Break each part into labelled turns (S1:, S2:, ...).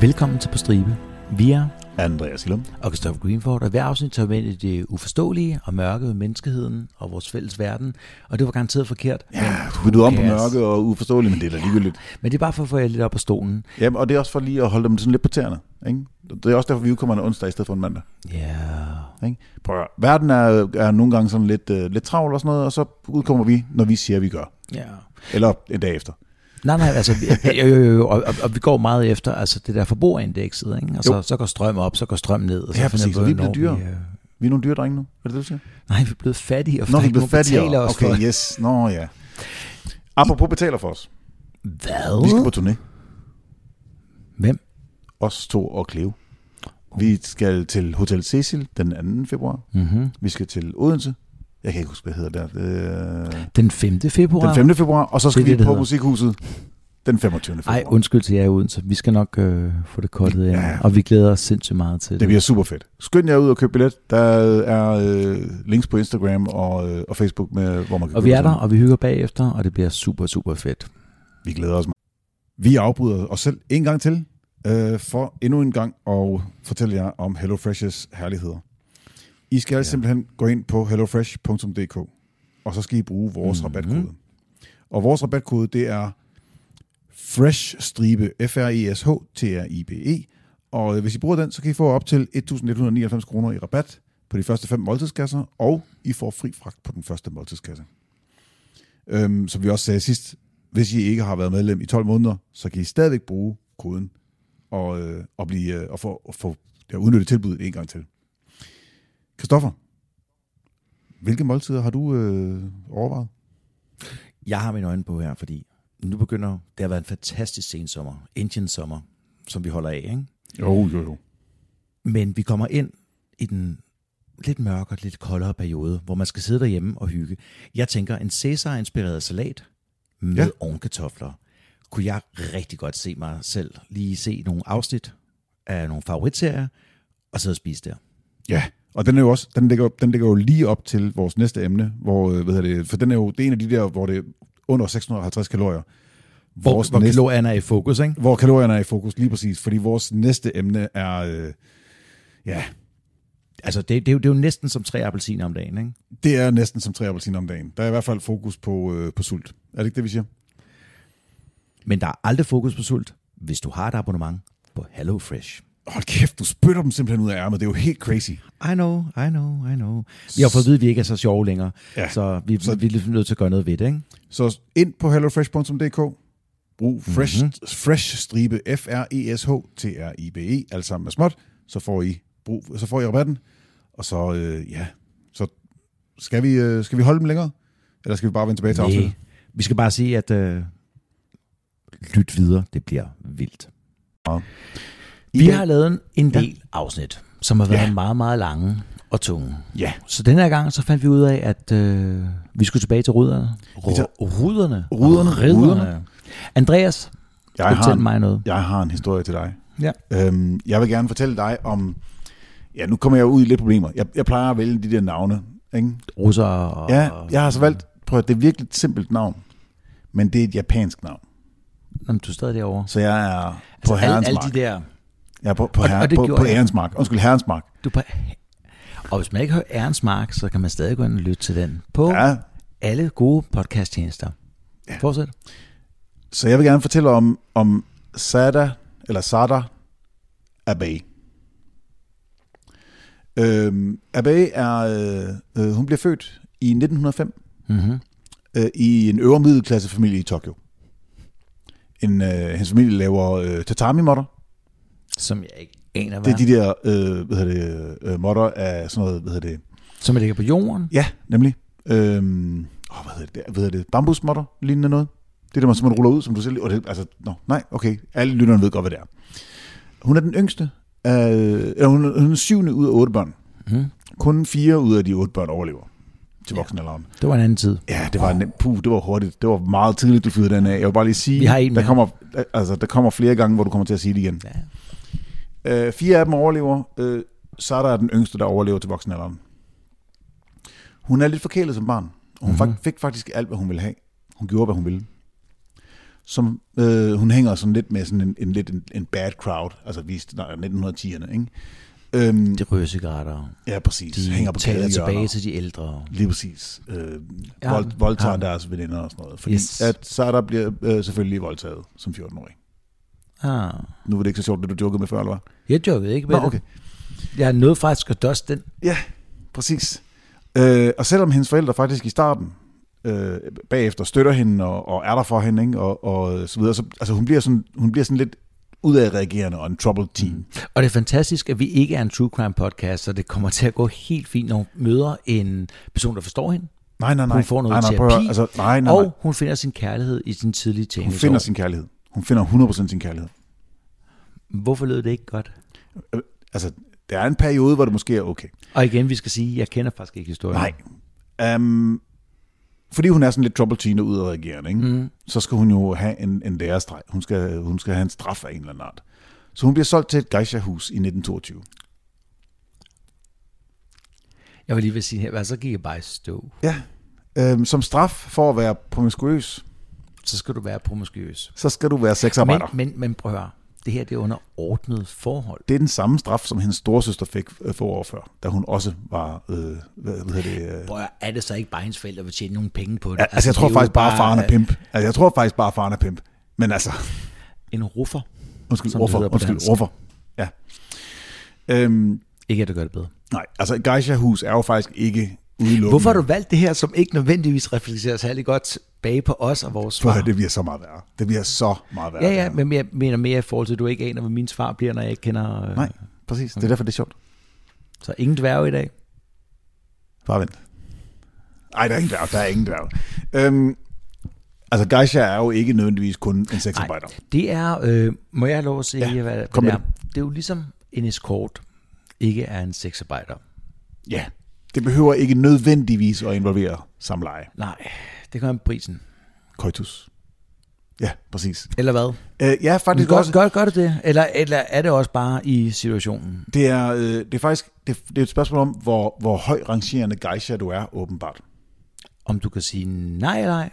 S1: Velkommen til På Stribe. Vi er
S2: Andreas Hillum.
S1: og Christoffer Greenford, og hver afsnit tager vi ind i det uforståelige og mørke ved menneskeheden og vores fælles verden. Og det var garanteret forkert,
S2: Ja, du byttede om på
S1: Yes.
S2: mørke og uforståeligt, men det er da ligegyldigt.
S1: men det er bare for at få jer lidt op på stolen.
S2: Ja, og det er også for lige at holde dem sådan lidt på tæerne. Ikke? Det er også derfor, vi udkommer en onsdag i stedet for en mandag.
S1: Ja,
S2: Ikke? Prøv at høre. Verden er, er nogle gange sådan lidt, øh, lidt travl og sådan noget, og så udkommer vi, når vi siger, vi gør.
S1: ja.
S2: Eller en dag efter.
S1: Nej, nej, altså, vi- jo, jo, jo, jo, og, og, og vi går meget efter altså, det der forbrugerindekset, ikke? Og så,
S2: Jo.
S1: så går strøm op, så går strøm ned. Og så
S2: Ja,
S1: finder
S2: præcis,
S1: ud
S2: og vi
S1: af,
S2: bliver
S1: når
S2: dyrere.
S1: øh,
S2: Vi er nogle dyre drenge nu, er det det, du siger?
S1: Nej, vi er blevet fattigere, for
S2: Nå,
S1: der
S2: vi
S1: er
S2: er
S1: ikke nogen,
S2: blevet
S1: der betaler
S2: fattigere.
S1: os
S2: Okay,
S1: for det.
S2: yes. Nå ja. Apropos betaler for os. Vi skal
S1: Hvad?
S2: på turné.
S1: Uh. Hvem?
S2: Os to og Cleo. Vi skal til Hotel Cecil den 2. februar.
S1: Mm-hmm.
S2: Vi skal til Odense. Jeg kan ikke huske, hvad hedder der. Øh...
S1: Den 5. februar?
S2: Den 5. februar, og så skal
S1: Det er det,
S2: vi
S1: det
S2: på
S1: hedder.
S2: Musikhuset den 25. februar.
S1: Ej, undskyld til jer uden, så vi skal nok øh, få det kortet ind, ja.
S2: Ja.
S1: og vi glæder os sindssygt meget til det.
S2: Det bliver super fedt. Skynd jer ud og køb billet. Der er øh, links på Instagram og, øh, og Facebook, med, hvor man kan
S1: Og
S2: købe
S1: vi er
S2: sådan.
S1: der, og vi hygger bagefter, og det bliver super, super fedt.
S2: Vi glæder os. meget. Vi afbryder os selv en gang til, øh, for endnu en gang at fortælle jer om HelloFresh's herligheder. I skal ja. simpelthen gå ind på hellofresh.dk, og så skal I bruge vores
S1: Mhm.
S2: mm-hmm. rabatkode. Og vores rabatkode, det er FRESH-stribe, E F-R-E-S-H-T-R-I-B-E. Og øh, hvis I bruger den, så kan I få op til 1.199 kroner i rabat på de første fem måltidskasser, og I får fri fragt på den første måltidskasse. Øhm, som vi også sagde sidst, hvis I ikke har været medlem i 12 måneder, så kan I stadigvæk bruge koden og, øh, og, blive, øh, og få, og få ja, udnyttet tilbuddet en gang til. Christoffer, hvilke måltider har du øh, overvejet?
S3: Jeg har mine øjne på her, fordi nu begynder, det har været en fantastisk sensommer, Indian sommer, som vi holder af, ikke?
S2: Jo, jo, jo.
S3: Men vi kommer ind i den lidt mørkere, lidt koldere periode, hvor man skal sidde derhjemme og hygge. Jeg tænker, en Cæsar-inspireret salat med
S2: Ja.
S3: ja. ovenkartofler, kunne jeg rigtig godt se mig selv lige se nogle afsnit af nogle favoritserier, og sidde og spise der.
S2: Ja, og den, er jo også, den, ligger, den ligger jo lige op til vores næste emne, hvor, øh, hvad hedder det, for den er jo det er en af de der, hvor det er under 650 kalorier.
S3: Hvor, hvor kalorierne er i fokus, ikke?
S2: hvor kalorierne er i fokus, lige præcis, fordi vores næste emne er, øh, ja,
S3: Altså, det, det, er jo, det er jo næsten som tre appelsiner om dagen, ikke?
S2: det er næsten som tre appelsiner om dagen. Der er i hvert fald fokus på, øh, på sult. Er det ikke det, vi siger?
S3: Men der er aldrig fokus på sult, hvis du har et abonnement på HelloFresh.
S2: Hold kæft, du spytter dem simpelthen ud af ærmet. Det er jo helt crazy.
S3: I know, I know, I know. Vi har fået at vide, at vi ikke er så sjove længere,
S2: Ja.
S3: ja. så vi,
S2: Så-
S3: så... vi er lidt nødt til at gøre noget ved det, ikke?
S2: Så ind på hellofresh.dk,
S1: Mhm.
S2: brug fresh, mm-hmm. fresh stribe E F-R-E-S-H-T-R-I-B-E, E, alt sammen med småt, så får I, brug, så får I rabatten, og så, øh, ja, så skal vi, øh, skal vi holde dem længere? Eller skal vi bare vende tilbage til afsnittet?
S3: Nej. Vi skal bare sige, at øh, lyt videre, det bliver vildt.
S2: I
S1: Vi
S2: dag-
S1: har lavet en- en del ja. afsnit, som har været
S2: Ja.
S1: ja. meget, meget lange og tunge.
S2: Ja,
S1: Så den her gang, så fandt vi ud af, at øh, vi skulle tilbage til ruderne.
S2: tager-
S1: Ruderne?
S2: Ruderne,
S1: Ruderne. Andreas,
S2: jeg har,
S1: fortæl
S2: en,
S1: mig noget.
S2: jeg har en historie til dig.
S1: Ja.
S2: Øhm, jeg vil gerne fortælle dig om, ja, nu kommer jeg ud i lidt problemer. Jeg, jeg plejer at vælge de der navne, ikke?
S1: Russer og...
S2: Ja, jeg har så valgt, prøv at det er virkelig et simpelt navn, men det er et japansk navn.
S1: Jamen, du er stadig derovre.
S2: Så jeg er på altså,
S1: alle,
S2: herrens
S1: alle
S2: mark.
S1: de der...
S2: Jeg er på, på,
S1: og
S2: herre,
S1: det
S2: på,
S1: gjorde
S2: på
S1: jeg.
S2: ærens mark. Undskyld, herrens mark.
S1: Du er på... Og hvis man ikke hører Ærens Mark, så kan man stadig gå ind og lytte til den på ja.
S2: Ja,
S1: alle gode podcasttjenester. Ja. Fortsæt.
S2: så jeg vil gerne fortælle om, om Sada, eller Sada Abbey. Øhm, Abbey er, øh, øh, hun bliver født i 1905
S1: Mm-hmm.
S2: øh, i en øvre middelklassefamilie i Tokyo. En, øh, hendes familie laver øh, tatami-modder.
S1: Som jeg ikke aner, hvad.
S2: Det er de der øh, hvad hedder det, øh, modder af sådan noget, hvad hedder det,
S1: Som ligger på jorden.
S2: Ja, nemlig. Øhm, åh, hvad hedder det? Hvad hedder det? Bambusmotter, lignende noget. Det er det, man simpelthen ruller ud, som du selv... Og det, altså, no, nej, okay. Alle lytterne ved godt, hvad det er. Hun er den yngste. Af, eller hun, er, hun er syvende ud af otte børn.
S1: Mm-hmm.
S2: Kun fire ud af de otte børn overlever til voksenalderen.
S1: Det var en anden tid.
S2: Ja, det var nemt. Puh, det var hurtigt. Det var meget tidligt, du fyrede den af. Jeg vil bare lige sige,
S1: Vi har en
S2: der,
S1: mere.
S2: kommer, altså, der kommer flere gange, hvor du kommer til at sige det igen.
S1: Ja.
S2: Øh, fire af dem overlever. Øh, Sara er den yngste, der overlever til voksenalderen.
S1: Mhm.
S2: Hun er lidt forkælet som barn. Hun mm-hmm. fik faktisk alt, hvad hun ville have. Hun gjorde, hvad hun ville. som øh, hun hænger sådan lidt med sådan en, en, lidt en, en bad crowd, altså vi snakker 1910'erne, ikke? Øhm,
S1: De ryger cigaretter.
S2: ja, præcis.
S1: De
S2: hænger på
S1: taler tilbage
S2: gadehjørner.
S1: til de ældre.
S2: Lige præcis. Øh,
S1: Ja,
S2: vold, voldtager
S1: ja.
S2: deres veninder og sådan noget. Fordi
S1: Yes.
S2: yes. at Sara bliver øh, selvfølgelig voldtaget som 14-årig.
S1: Ah.
S2: Nu var det ikke så sjovt, det du jokede med før, eller hvad?
S1: Jeg jobbede ikke med
S2: Nå,
S1: det.
S2: okay.
S1: Jeg nåede faktisk at dust den.
S2: Ja, præcis. Øh, og selvom hendes forældre faktisk i starten, øh, bagefter støtter hende og, og er der for hende, ikke? Og, og så videre, så, altså hun bliver, sådan, hun bliver sådan lidt udadreagerende og en troubled teen. Mm.
S1: Og det er fantastisk, at vi ikke er en true crime podcast, så det kommer til at gå helt fint, når hun møder en person, der forstår hende.
S2: Nej, nej, nej.
S1: Hun får noget
S2: nej, nej, prøv at
S1: terapi,
S2: høre, altså, nej, nej, nej.
S1: Og hun finder sin kærlighed i sin tidlige
S2: Hun
S1: teenageår.
S2: finder sin kærlighed. Hun finder 100% sin kærlighed.
S1: Hvorfor lød det ikke godt?
S2: Øh, altså, der er en periode, hvor det måske er okay.
S1: Og igen, vi skal sige, at jeg kender faktisk ikke historien.
S2: Nej. Um, fordi hun er sådan lidt trouble teen og udadreagerende, ikke? Mm. så skal hun jo have en, en lærerstreg. Hun skal, hun skal have en straf af en eller anden art. Så hun bliver solgt til et geisha-hus i 1922.
S1: Jeg var lige ved at sige her, hvad så gik jeg bare i stå.
S2: Ja. Øhm, som straf for at være promiskuøs,
S1: Så skal du være promiskuøs.
S2: så skal du være
S1: Men,
S2: sexarbejder. Men...
S1: men, men prøv at høre. Det her det er under ordnet forhold.
S2: Det er den samme straf, som hendes storesøster fik øh, få år før, da hun også var, øh, hvad, hvad hedder det... Øh...
S1: Prøv at, høre, er det så ikke bare hendes forældre, der vil tjene nogle penge på det?
S2: Ja, altså, jeg
S1: det
S2: tror
S1: er jo
S2: faktisk bare, faren er
S1: øh,
S2: pimp. Altså, jeg tror faktisk bare, faren er pimp. Men altså,
S1: En ruffer.
S2: undskyld,
S1: Som det
S2: hvorfor?
S1: hedder på dansk.
S2: Undskyld, hvorfor? Ja. Øhm,
S1: Ikke at det gør det bedre.
S2: Nej, altså et geisha-hus er jo faktisk ikke udelukkende.
S1: Hvorfor har du valgt det her, som ikke nødvendigvis reflekterer særlig godt tilbage på os og vores
S2: For
S1: svar?
S2: det bliver så meget værre. Det bliver så meget værre.
S1: Ja,
S2: det
S1: ja,
S2: her.
S1: men jeg mener mere i forhold til, at du ikke aner, hvad min svar bliver, når jeg ikke kender... øh,
S2: Nej, præcis. Det er derfor, det er sjovt.
S1: Så ingen dværge i dag.
S2: Bare vent. Nej, der er ingen dværg. Der er ingen dværg. Øhm, altså, geisha er jo ikke nødvendigvis kun en sexarbejder.
S1: Det er, øh, må jeg have lov at sige,
S2: Ja,
S1: ja, hvad, hvad
S2: kom
S1: det
S2: med
S1: er? Det er jo ligesom en escort ikke er en sexarbejder.
S2: Ja. Det behøver ikke nødvendigvis at involvere samleje.
S1: Nej, det gør en prisen.
S2: Koitus. Ja, præcis.
S1: Eller hvad?
S2: Øh, ja,
S1: Men
S2: faktisk
S1: gør,
S2: også.
S1: gør, gør det det? Eller, eller er det også bare i situationen?
S2: Det er, øh, det er faktisk det, det er et spørgsmål om, hvor, hvor høj rangerende geisha du er, åbenbart.
S1: Om du kan sige nej eller ej?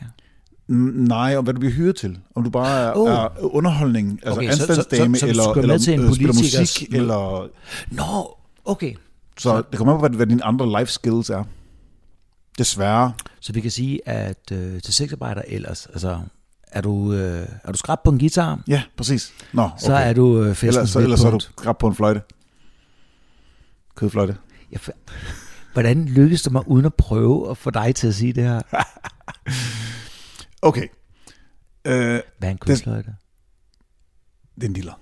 S2: Mm, Nej, om hvad du bliver hyret til. Om du bare er,
S1: Oh.
S2: oh. er underholdning, altså
S1: Okay,
S2: okay,
S1: så- så-
S2: anstandsdame,
S1: så- så du
S2: eller,
S1: skal med
S2: eller
S1: til en
S2: øh, spiller
S1: politikers
S2: musik,
S1: møde.
S2: eller...
S1: Nå, okay.
S2: Så det kommer an på, hvad, hvad dine andre life skills er. Desværre.
S1: Så vi kan sige, at øh, til sexarbejder ellers, altså er du, øh, er du skrab på en guitar, okay.
S2: Ja, præcis. Nå, okay.
S1: så er du øh,
S2: eller,
S1: festens
S2: så, eller så er du
S1: midtpunkt.
S2: grab på en fløjte. Kødfløjte.
S1: Jeg, fa- hvordan lykkedes det mig uden at prøve at få dig til at sige det her?
S2: Okay. Øh,
S1: Hvad er en kødsløjte?
S2: det er en dealer.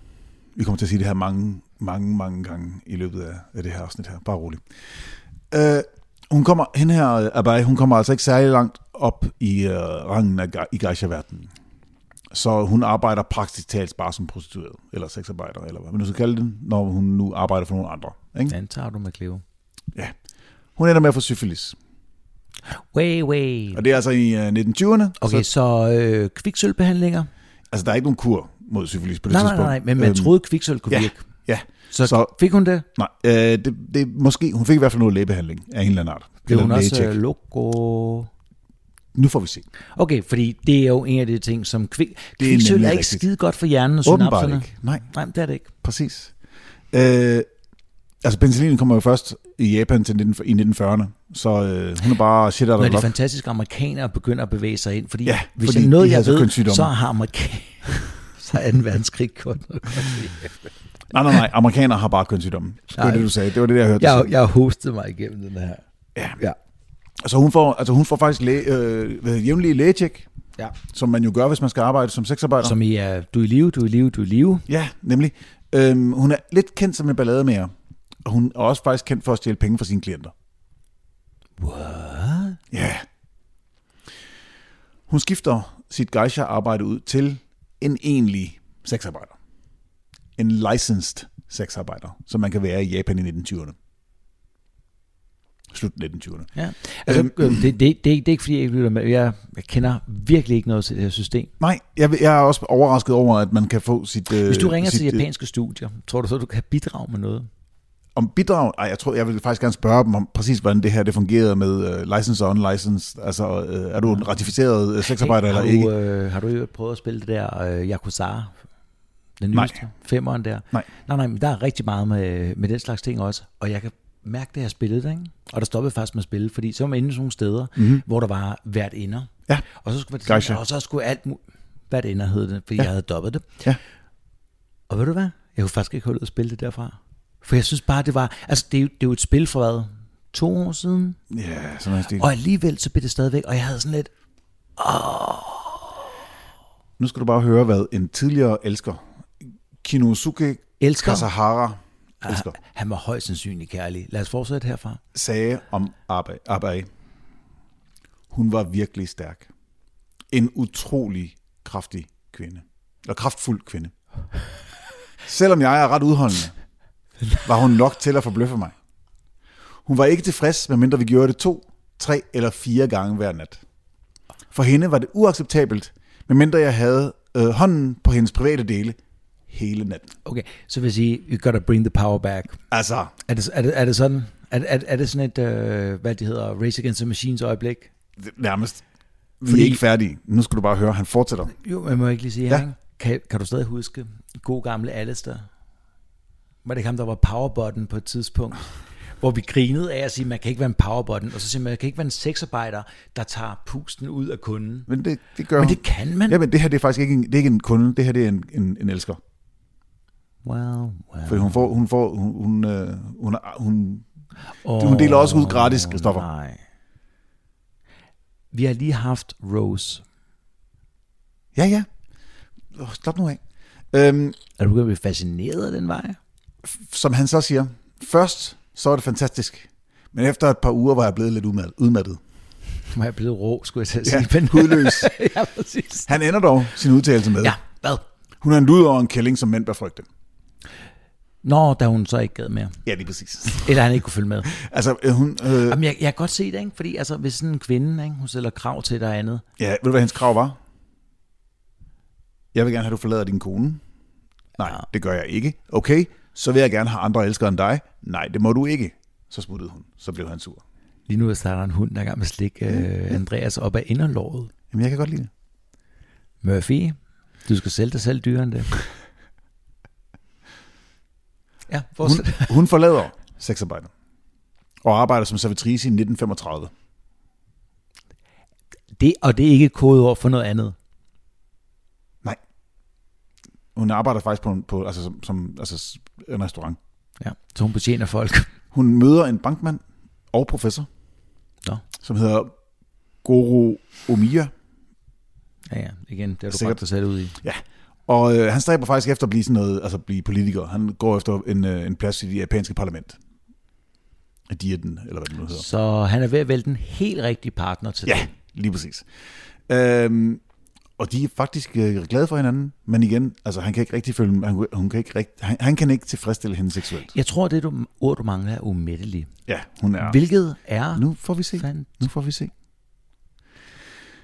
S2: Vi kommer til at sige det her mange, mange, mange gange i løbet af, af det her afsnit her. Bare rolig. Øh, hun kommer, hende her, øh, Abai, hun kommer altså ikke særlig langt op i øh, rangen af, ge- i geisha-verdenen. Så hun arbejder praktisk talt bare som prostitueret, eller sexarbejder, eller hvad man nu skal kalde det, når hun nu arbejder for nogle andre. Ikke?
S1: Hvordan tager du med kleve?
S2: Ja. Hun ender med at få syfilis.
S1: Way, way.
S2: Og det er altså i øh, 1920'erne.
S1: Okay,
S2: Så,
S1: så øh, kviksølbehandlinger?
S2: altså, der er ikke nogen kur mod syfilis på det
S1: Nej, nej,
S2: tidspunkt.
S1: nej, nej, men man
S2: Øhm,
S1: troede, kviksøl kunne
S2: ja,
S1: virke.
S2: Ja.
S1: Så,
S2: så-
S1: fik hun det?
S2: Nej, øh, det, det, måske, hun fik i hvert fald noget læbehandling af en eller anden art.
S1: Blev
S2: Eller
S1: hun også
S2: lægetjek.
S1: øh, loco?
S2: Nu får vi se.
S1: Okay, fordi det er jo en af de ting, som kvik...
S2: Det er
S1: kviksøl
S2: nemlig
S1: er ikke
S2: rigtigt.
S1: skide godt for hjernen og
S2: Åbenbart
S1: synapserne.
S2: ikke. Nej,
S1: Nej, det er det ikke.
S2: præcis. Øh, altså, penicillin kommer jo først i Japan til 19, i 1940'erne, så øh, hun er bare shit out
S1: Når
S2: of
S1: de
S2: luck.
S1: fantastiske amerikanere begynder at bevæge sig ind, fordi,
S2: Ja,
S1: hvis
S2: fordi
S1: jeg
S2: de
S1: noget,
S2: havde
S1: jeg
S2: så
S1: ved,
S2: kønssygdomme.
S1: så har amerikanere... så er 2. verdenskrig kun.
S2: Nej, nej, nej, amerikanere har bare kønssygdomme. Det var
S1: Nej.
S2: det, du sagde. Det var det, jeg hørte.
S1: Jeg, jeg har hostet mig igennem den her.
S2: Ja.
S1: Ja.
S2: Så hun får, altså, hun får faktisk læge, øh, hvad hedder det, jævnlige lægetjek,
S1: ja.
S2: som man jo gør, hvis man skal arbejde som sexarbejder.
S1: Som i er, du er i live, du er i live, du er i live.
S2: Ja, nemlig. Øhm, hun er lidt kendt som en ballademager, og hun er også faktisk kendt for at stjæle penge fra sine klienter.
S1: What?
S2: Ja. Yeah. Hun skifter sit geisha-arbejde ud til en egentlig sexarbejder. En licensed sexarbejder, som man kan være i Japan i 1920'erne. Slut 1920'erne.
S1: Ja. Altså, øhm, det, det, det, det er ikke fordi, jeg ikke lytter med. Jeg, jeg kender virkelig ikke noget til det her system.
S2: Nej, jeg, jeg er også overrasket over, at man kan få sit... øh,
S1: Hvis du ringer til japanske studier, tror du så, du kan bidrage med noget?
S2: om bidrag, ej, jeg tror, jeg vil faktisk gerne spørge dem om præcis, hvordan det her det fungerede med uh, license og unlicensed. Altså, uh, er du en ratificeret uh, sexarbejder
S1: har
S2: eller
S1: du,
S2: ikke?
S1: Øh, har du i øvrigt prøvet at spille det der øh, Yakuza? Den
S2: Nej.
S1: nyeste? Femmeren der?
S2: Nej.
S1: Nej, nej, men der er rigtig meget med, med den slags ting også. Og jeg kan mærke, det jeg spillede det, ikke? Og der stoppede faktisk med at spille, fordi så var man inde i sådan nogle steder, mm-hmm. hvor der var hvert ender.
S2: Mhm. Ja.
S1: Og så skulle,
S2: Geisha.
S1: det, og så skulle alt mu- hvert ender hed det, fordi ja. jeg havde dobbet det.
S2: Ja.
S1: Og ved du hvad? Jeg kunne faktisk ikke holde ud at spille det derfra. For jeg synes bare, det var... Altså, det er jo, det er jo et spil for hvad? To år siden?
S2: Ja, sådan en stil.
S1: øh, Og alligevel så blev det stadigvæk, og jeg havde sådan lidt,
S2: Nu skal du bare høre, hvad en tidligere elsker, Kinosuke
S1: Elsker? Ah,
S2: Kasahara, elsker,
S1: han, han var højst sandsynligt kærlig. Lad os fortsætte herfra.
S2: sagde om Abe, Abe. Hun var virkelig stærk. En utrolig kraftig kvinde. Eller kraftfuld kvinde. Selvom jeg er ret udholdende, var hun nok til at forbløffe mig. Hun var ikke tilfreds, medmindre vi gjorde det to, tre eller fire gange hver nat. For hende var det uacceptabelt, medmindre jeg havde øh, hånden på hendes private dele hele natten.
S1: Okay, så vil jeg sige, you gotta bring the power back.
S2: Altså,
S1: Er det, er det, er det sådan? Er, er, er det sådan et, øh, hvad det hedder, Race Against the Machines øjeblik?
S2: det- nærmest. Vi
S1: Fordi-
S2: er ikke færdige. Nu skal du bare høre, han fortsætter.
S1: Jo, men må jeg ikke lige sige her,
S2: Ja.
S1: ikke? kan, kan du stadig huske god gamle Alistair? Var det ikke ham, der var powerbutton på et tidspunkt? Hvor vi grinede af at sige, man kan ikke være en powerbutton, og så siger man, man kan ikke være en sexarbejder, der tager pusten ud af kunden.
S2: Men det, det gør
S1: Men
S2: hun.
S1: det kan man.
S2: Jamen, det her det er faktisk ikke en, det er ikke en kunde, det her det er en, en, en elsker.
S1: Well, well.
S2: Fordi hun får, hun får, hun, hun, øh, hun, er- hun
S1: Oh,
S2: Hun deler også ud gratis, Christoffer.
S1: Nej. Vi har lige haft Rose.
S2: ja, ja. Oh, slap nu af. Øhm,
S1: Er du begyndt at blive fascineret af den vej?
S2: som han så siger, først så er det fantastisk, men efter et par uger var jeg blevet lidt umad- udmattet.
S1: Må jeg blive rå, skulle jeg til at sige.
S2: Ja,
S1: men-
S2: hudløs.
S1: ja, præcis.
S2: Han ender dog sin udtalelse med,
S1: Ja, hvad?
S2: hun er en luder og en kælling, som mænd bør frygte.
S1: Nå, da hun så ikke gad mere.
S2: Ja, lige præcis.
S1: Eller han ikke kunne følge med.
S2: altså, øh, hun, øh,
S1: Jamen, jeg, jeg kan godt se det, ikke? Fordi altså, hvis sådan en kvinde, ikke? hun stiller krav til dig og andet.
S2: ja, ved du, hvad hendes krav var? Jeg vil gerne have, at du forlader din kone. Nej, det gør jeg ikke. Okay, så vil jeg gerne have andre elskere end dig. Nej, det må du ikke. Så smuttede hun. Så blev han sur.
S1: Lige nu starter en hund, der er i gang med at slikke
S2: Mm.
S1: øh, Andreas op af inderlåret.
S2: Jamen, jeg kan godt lide det.
S1: Murphy, du skal sælge dig selv dyrere end det. Ja, fortsæt.
S2: Hun, hun forlader sexarbejder og arbejder som servitrice i 1935.
S1: Det, og det er ikke et kodeord for noget andet.
S2: Nej. Hun arbejder faktisk på, en, på altså, som, som altså, s- en restaurant.
S1: Ja, så hun betjener folk.
S2: Hun møder en bankmand og professor,
S1: Nå,
S2: som hedder Goro Omiya.
S1: ja, ja, igen, det har du
S2: Sikkert.
S1: Sikkert. bragt dig selv ud i.
S2: Ja. Og øh, han stræber faktisk efter at blive sådan noget, altså blive politiker. Han går efter en, øh, en plads i det japanske parlament. De er den, eller hvad det nu hedder.
S1: Så han er ved at vælge den helt rigtige partner til
S2: Ja,
S1: det.
S2: lige præcis. Øhm, og de er faktisk øh, glade for hinanden, men igen, altså han kan ikke rigtig følge, han, hun kan ikke rigtig, han, han kan ikke tilfredsstille hende seksuelt.
S1: Jeg tror, det du, ord, du mangler, er umættelig.
S2: Ja, hun er.
S1: Hvilket er...
S2: Nu får vi se.
S1: Fandt.
S2: Nu får vi se.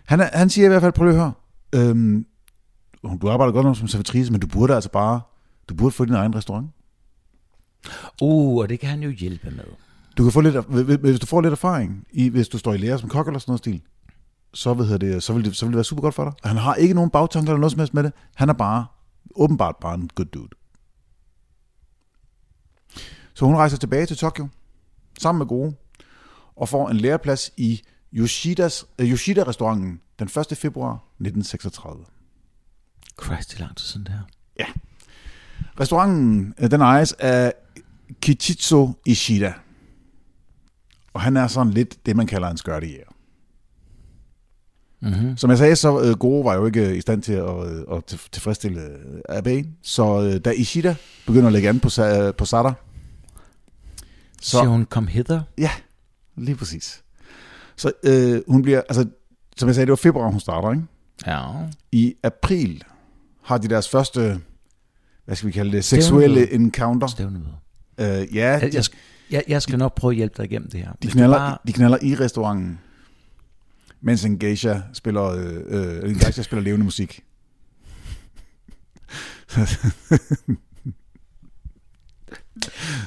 S2: Han, er, han siger i hvert fald, prøv lige at høre, øhm, du arbejder godt nok som servitrice, men du burde altså bare, du burde få din egen restaurant.
S1: Uh, og det kan han jo hjælpe med.
S2: Du kan få lidt, af- hvis- hvis du får lidt erfaring, i, hvis du står i lære som kok eller sådan noget stil, så, hvad hedder det, så, vil det, så vil det være super godt for dig. Og Han har ikke nogen bagtanker eller noget som helst med det. Han er bare, åbenbart bare en good dude. Så hun rejser tilbage til Tokyo, sammen med gode, og får en læreplads i Yoshidas, øh, Yoshida-restauranten den 1. februar 1936.
S1: Christ, det er lang tid siden det her.
S2: Ja. Restauranten, øh, den ejes af Kichizo Ishida. Og han er sådan lidt det, man kalder en skørtejæger. Mm-hmm. Som jeg sagde, så øh, Goro var jo ikke øh, i stand til at, øh, at til- tilfredsstille øh, Abe. Så øh, da Ishida begynder at lægge an på, Sa- øh, på Sada,
S1: Så siger hun, kom hither.
S2: Ja, lige præcis. Så øh, hun bliver, altså, som jeg sagde, det var februar, hun starter, ikke?
S1: Ja.
S2: I april har de deres første, hvad skal vi kalde det, seksuelle encounter.
S1: Stævnemøde.
S2: Øh, ja,
S1: Jeg,
S2: de,
S1: jeg, jeg, jeg skal nok prøve at hjælpe dig igennem det her.
S2: de,
S1: Hvis du
S2: knaller,
S1: bare-
S2: de knaller i restauranten, mens en geisha spiller, øh, øh, en geisha spiller levende musik.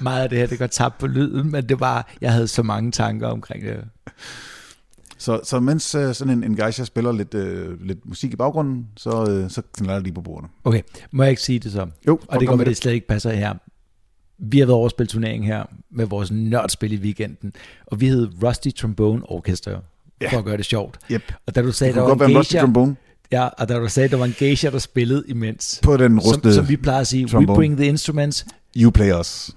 S1: Meget af det her, det går tabt på lyden, men det var, jeg havde så mange tanker omkring det.
S2: Så, så mens øh, sådan en, en geisha spiller lidt, øh, lidt musik i baggrunden, så, øh, så knalder de lige på bordene.
S1: Okay, må jeg ikke sige det så?
S2: Jo,
S1: Og det kommer det slet ikke passer her. Vi har været overspillet turnering her med vores nørdspil i weekenden, og vi hed Rusty Trombone Orchestra,
S2: Ja.
S1: ja. for at gøre det sjovt.
S2: Yep.
S1: Og da du sagde,
S2: Det
S1: der var
S2: kunne godt være
S1: en
S2: en rusty
S1: geisha,
S2: trombone
S1: ja, og da du sagde, der var en geisha, der spillede imens,
S2: på den
S1: som,
S2: rustede
S1: som vi plejer at sige,
S2: trombone.
S1: we bring the instruments,
S2: You Play Us.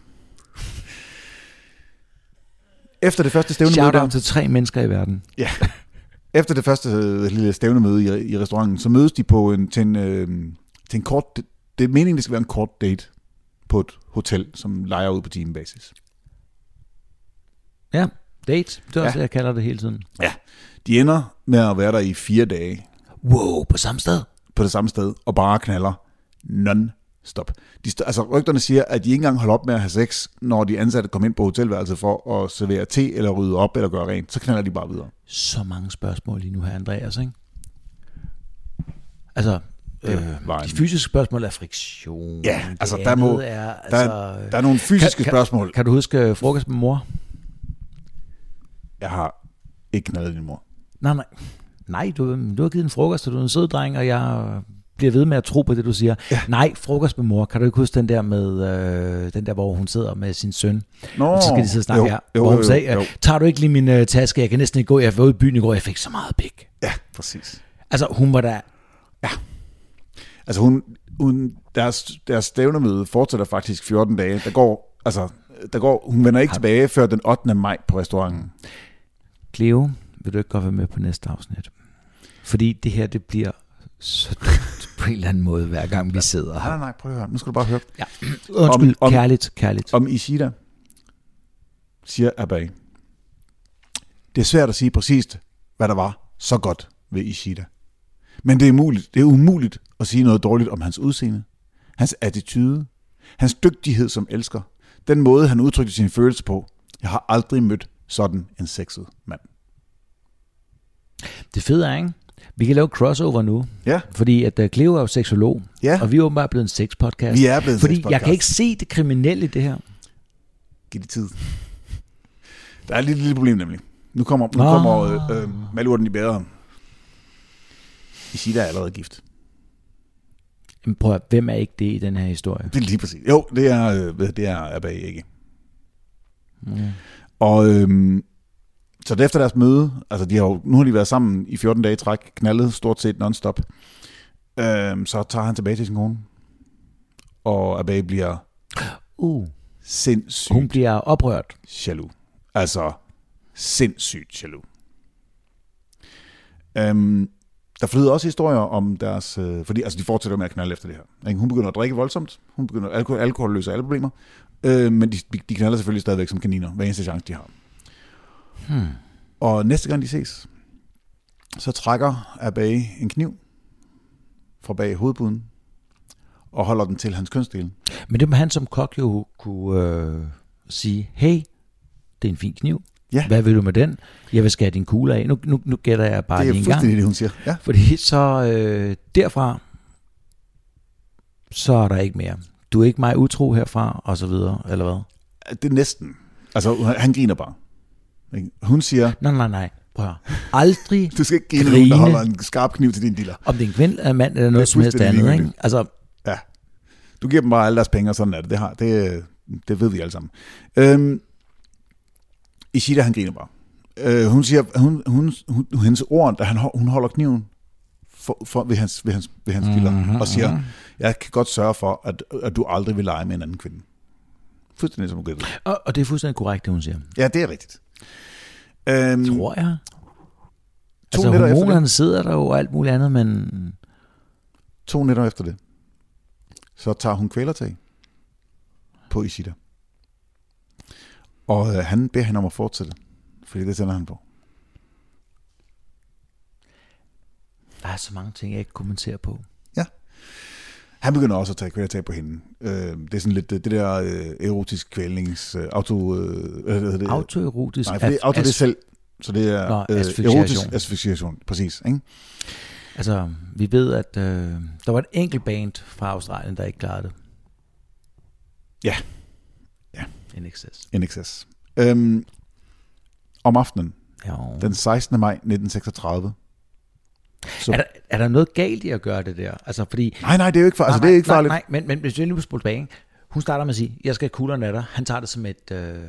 S2: Efter det første stævnemøde,
S1: shout
S2: der,
S1: out til tre mennesker i verden.
S2: efter det første øh, lille stævnemøde i, i restauranten, så mødes de på en, til, en, øh, til en kort... Det, det er meningen, det skal være en kort date på et hotel, som leger ud på timebasis.
S1: Ja, date, det er også
S2: Ja.
S1: ja. jeg kalder det hele tiden.
S2: De ender med at være der i fire dage
S1: Wow, på samme sted?
S2: på det samme sted, og bare knaller non-stop. De, st- altså, rygterne siger, at de ikke engang holder op med at have sex, når de ansatte kommer ind på hotelværelset for at servere te, eller rydde op, eller gøre rent. Så knaller de bare videre.
S1: Så mange spørgsmål lige nu her, Andreas, ikke? Altså, øh,
S2: var en-
S1: de fysiske spørgsmål er friktion.
S2: Ja,
S1: det
S2: altså, der må-
S1: andet Er, altså,
S2: Der er nogle fysiske
S1: kan-
S2: spørgsmål.
S1: Kan du huske øh, frokost med mor?
S2: jeg har ikke knaldet din mor.
S1: Nej, nej. Nej, du, du har givet en frokost, og du er en sød dreng, og jeg øh, bliver ved med at tro på det, du siger. Ja. Nej, frokost med mor. Kan du ikke huske den der, med, øh, den der hvor hun sidder med sin søn?
S2: Nå,
S1: Og så skal de sidde og snakke
S2: jo,
S1: her.
S2: jo,
S1: hvor hun
S2: jo,
S1: sagde,
S2: jo.
S1: øh, tager du ikke lige min øh, taske? Jeg kan næsten ikke gå. Jeg var ude i byen i går, jeg fik så meget pik.
S2: Ja, præcis.
S1: Altså, hun var da...
S2: Altså hun, hun deres, deres stævnemøde fortsætter faktisk 14 dage. Der går, altså, der går, hun vender ikke tilbage før den 8. maj på restauranten.
S1: Cleo, vil du ikke godt være med på næste afsnit? Fordi det her, det bliver så dumt på en eller anden måde, hver gang vi sidder
S2: Nej,
S1: her.
S2: nej, nej, prøv at høre. Nu skal du bare høre.
S1: Undskyld,
S2: om-
S1: kærligt, kærligt.
S2: Om Ishida siger Abay. Det er svært at sige præcist, hvad der var så godt ved Ishida. Men det er, muligt, det er umuligt at sige noget dårligt om hans udseende, hans attitude, hans dygtighed som elsker, den måde, han udtrykte sine følelser på. Jeg har aldrig mødt sådan en sexet mand.
S1: Det fede er, ikke? Vi kan lave crossover nu,
S2: Ja,
S1: fordi at øh, Cleo er jo seksolog,
S2: ja.
S1: og vi er åbenbart blevet en sexpodcast.
S2: Vi er blevet en
S1: Fordi
S2: sexpodcast.
S1: jeg kan ikke se det kriminelle i det her.
S2: Giv det tid. Der er et lille, lille problem nemlig. Nu kommer, nu
S1: Ah.
S2: kommer øh, øh, malurten i bedre. Ishida er allerede gift.
S1: Men prøv at, høre, hvem er ikke det i den her historie?
S2: Det er lige præcis. Jo, det er, øh, hvad- det er Abba ikke.
S1: Mm.
S2: Og øhm, så det efter deres møde, altså de har jo, nu har de været sammen i 14 dage i træk, knaldet stort set nonstop. Øhm, så tager han tilbage til sin kone. Og Abba bliver
S1: Uh,
S2: sindssygt
S1: hun bliver oprørt.
S2: jaloux. Altså sindssygt jaloux. Øhm, der flyder også historier om deres... Øh, fordi altså, de fortsætter med at knalde efter det her. Ikke? Hun begynder at drikke voldsomt. Hun begynder, alkohol, alkohol løser alle problemer. Øh, men de, de knalder selvfølgelig stadigvæk som kaniner. Hver eneste chance, de har.
S1: Hmm.
S2: Og næste gang de ses, så trækker Abage en kniv fra bag hovedpuden og holder den til hans kønsdel.
S1: Men det må han som kok jo kunne øh, sige, hey, det er en fin kniv.
S2: Ja.
S1: Hvad vil du med den? Jeg vil skære din kugle af. Nu, nu, nu gætter jeg bare
S2: Det er
S1: lige en gang.
S2: fuldstændig det, hun siger. Ja.
S1: Fordi så øh, derfra, så er der ikke mere. Du er ikke mig utro herfra, og så videre, eller hvad?
S2: Det er næsten. Altså, hun- han griner bare. Ikke? Hun siger,
S1: Nej, nej, nej. Prøv at høre. Aldrig,
S2: du skal ikke grine, grine.
S1: Grine.
S2: der holder en skarp kniv til din dealer.
S1: om det er en kvinde, eller en mand, eller noget som helst
S2: fuldstændig
S1: andet. Ikke?
S2: ligegyldigt.
S1: Altså,
S2: Ja. Du giver dem bare alle deres penge, og sådan er det. Det, har, det, det ved vi alle sammen. Øhm, Ishida, han griner bare. Øh, hun siger, hun, hun, hun, hendes ord, da han, hol- hun holder kniven for, for, ved hans, ved hans, ved hans dealer,
S1: Mhm,
S2: mm-hmm, og siger, jeg kan godt sørge for, at, at du aldrig vil lege med en anden kvinde. Fuldstændig som hun gættede.
S1: og, og det er fuldstændig korrekt, det hun siger.
S2: Ja, det er rigtigt. Øhm,
S1: Tror jeg.
S2: To
S1: altså,
S2: nætter efter
S1: hormonerne sidder der jo og alt muligt andet, men
S2: To nætter efter det, så tager hun kvælertag på Ishida. Og øh, han beder hende om at fortsætte, fordi det tænder han på.
S1: Der er så mange ting, jeg ikke kommenterer på.
S2: Han begynder også at tage kvælertag på hende. Øh, det er sådan lidt det, det der øh, erotisk kvælnings... Øh, auto... Øh, hvad hedder det?
S1: Autoerotisk
S2: Nej, for det, auto det er
S1: as-
S2: selv. Så det er
S1: Nå,
S2: øh,
S1: asfixiation.
S2: erotisk asfixiation. Præcis, ikke?
S1: Altså, vi ved, at øh, der var et enkelt band fra Australien, der ikke klarede det. NXS.
S2: NXS. Øhm, om aftenen,
S1: Ja.
S2: den 16. maj 1936. Så,
S1: Er, der, er der noget galt i at gøre det der? Altså, fordi
S2: nej, nej, det er jo ikke farligt. Altså, det er ikke farligt.
S1: Nej, nej men, men hvis vi nu må spole tilbage. ikke? Hun starter med at sige, jeg skal have kuglerne af dig. Han tager det som et... Øh,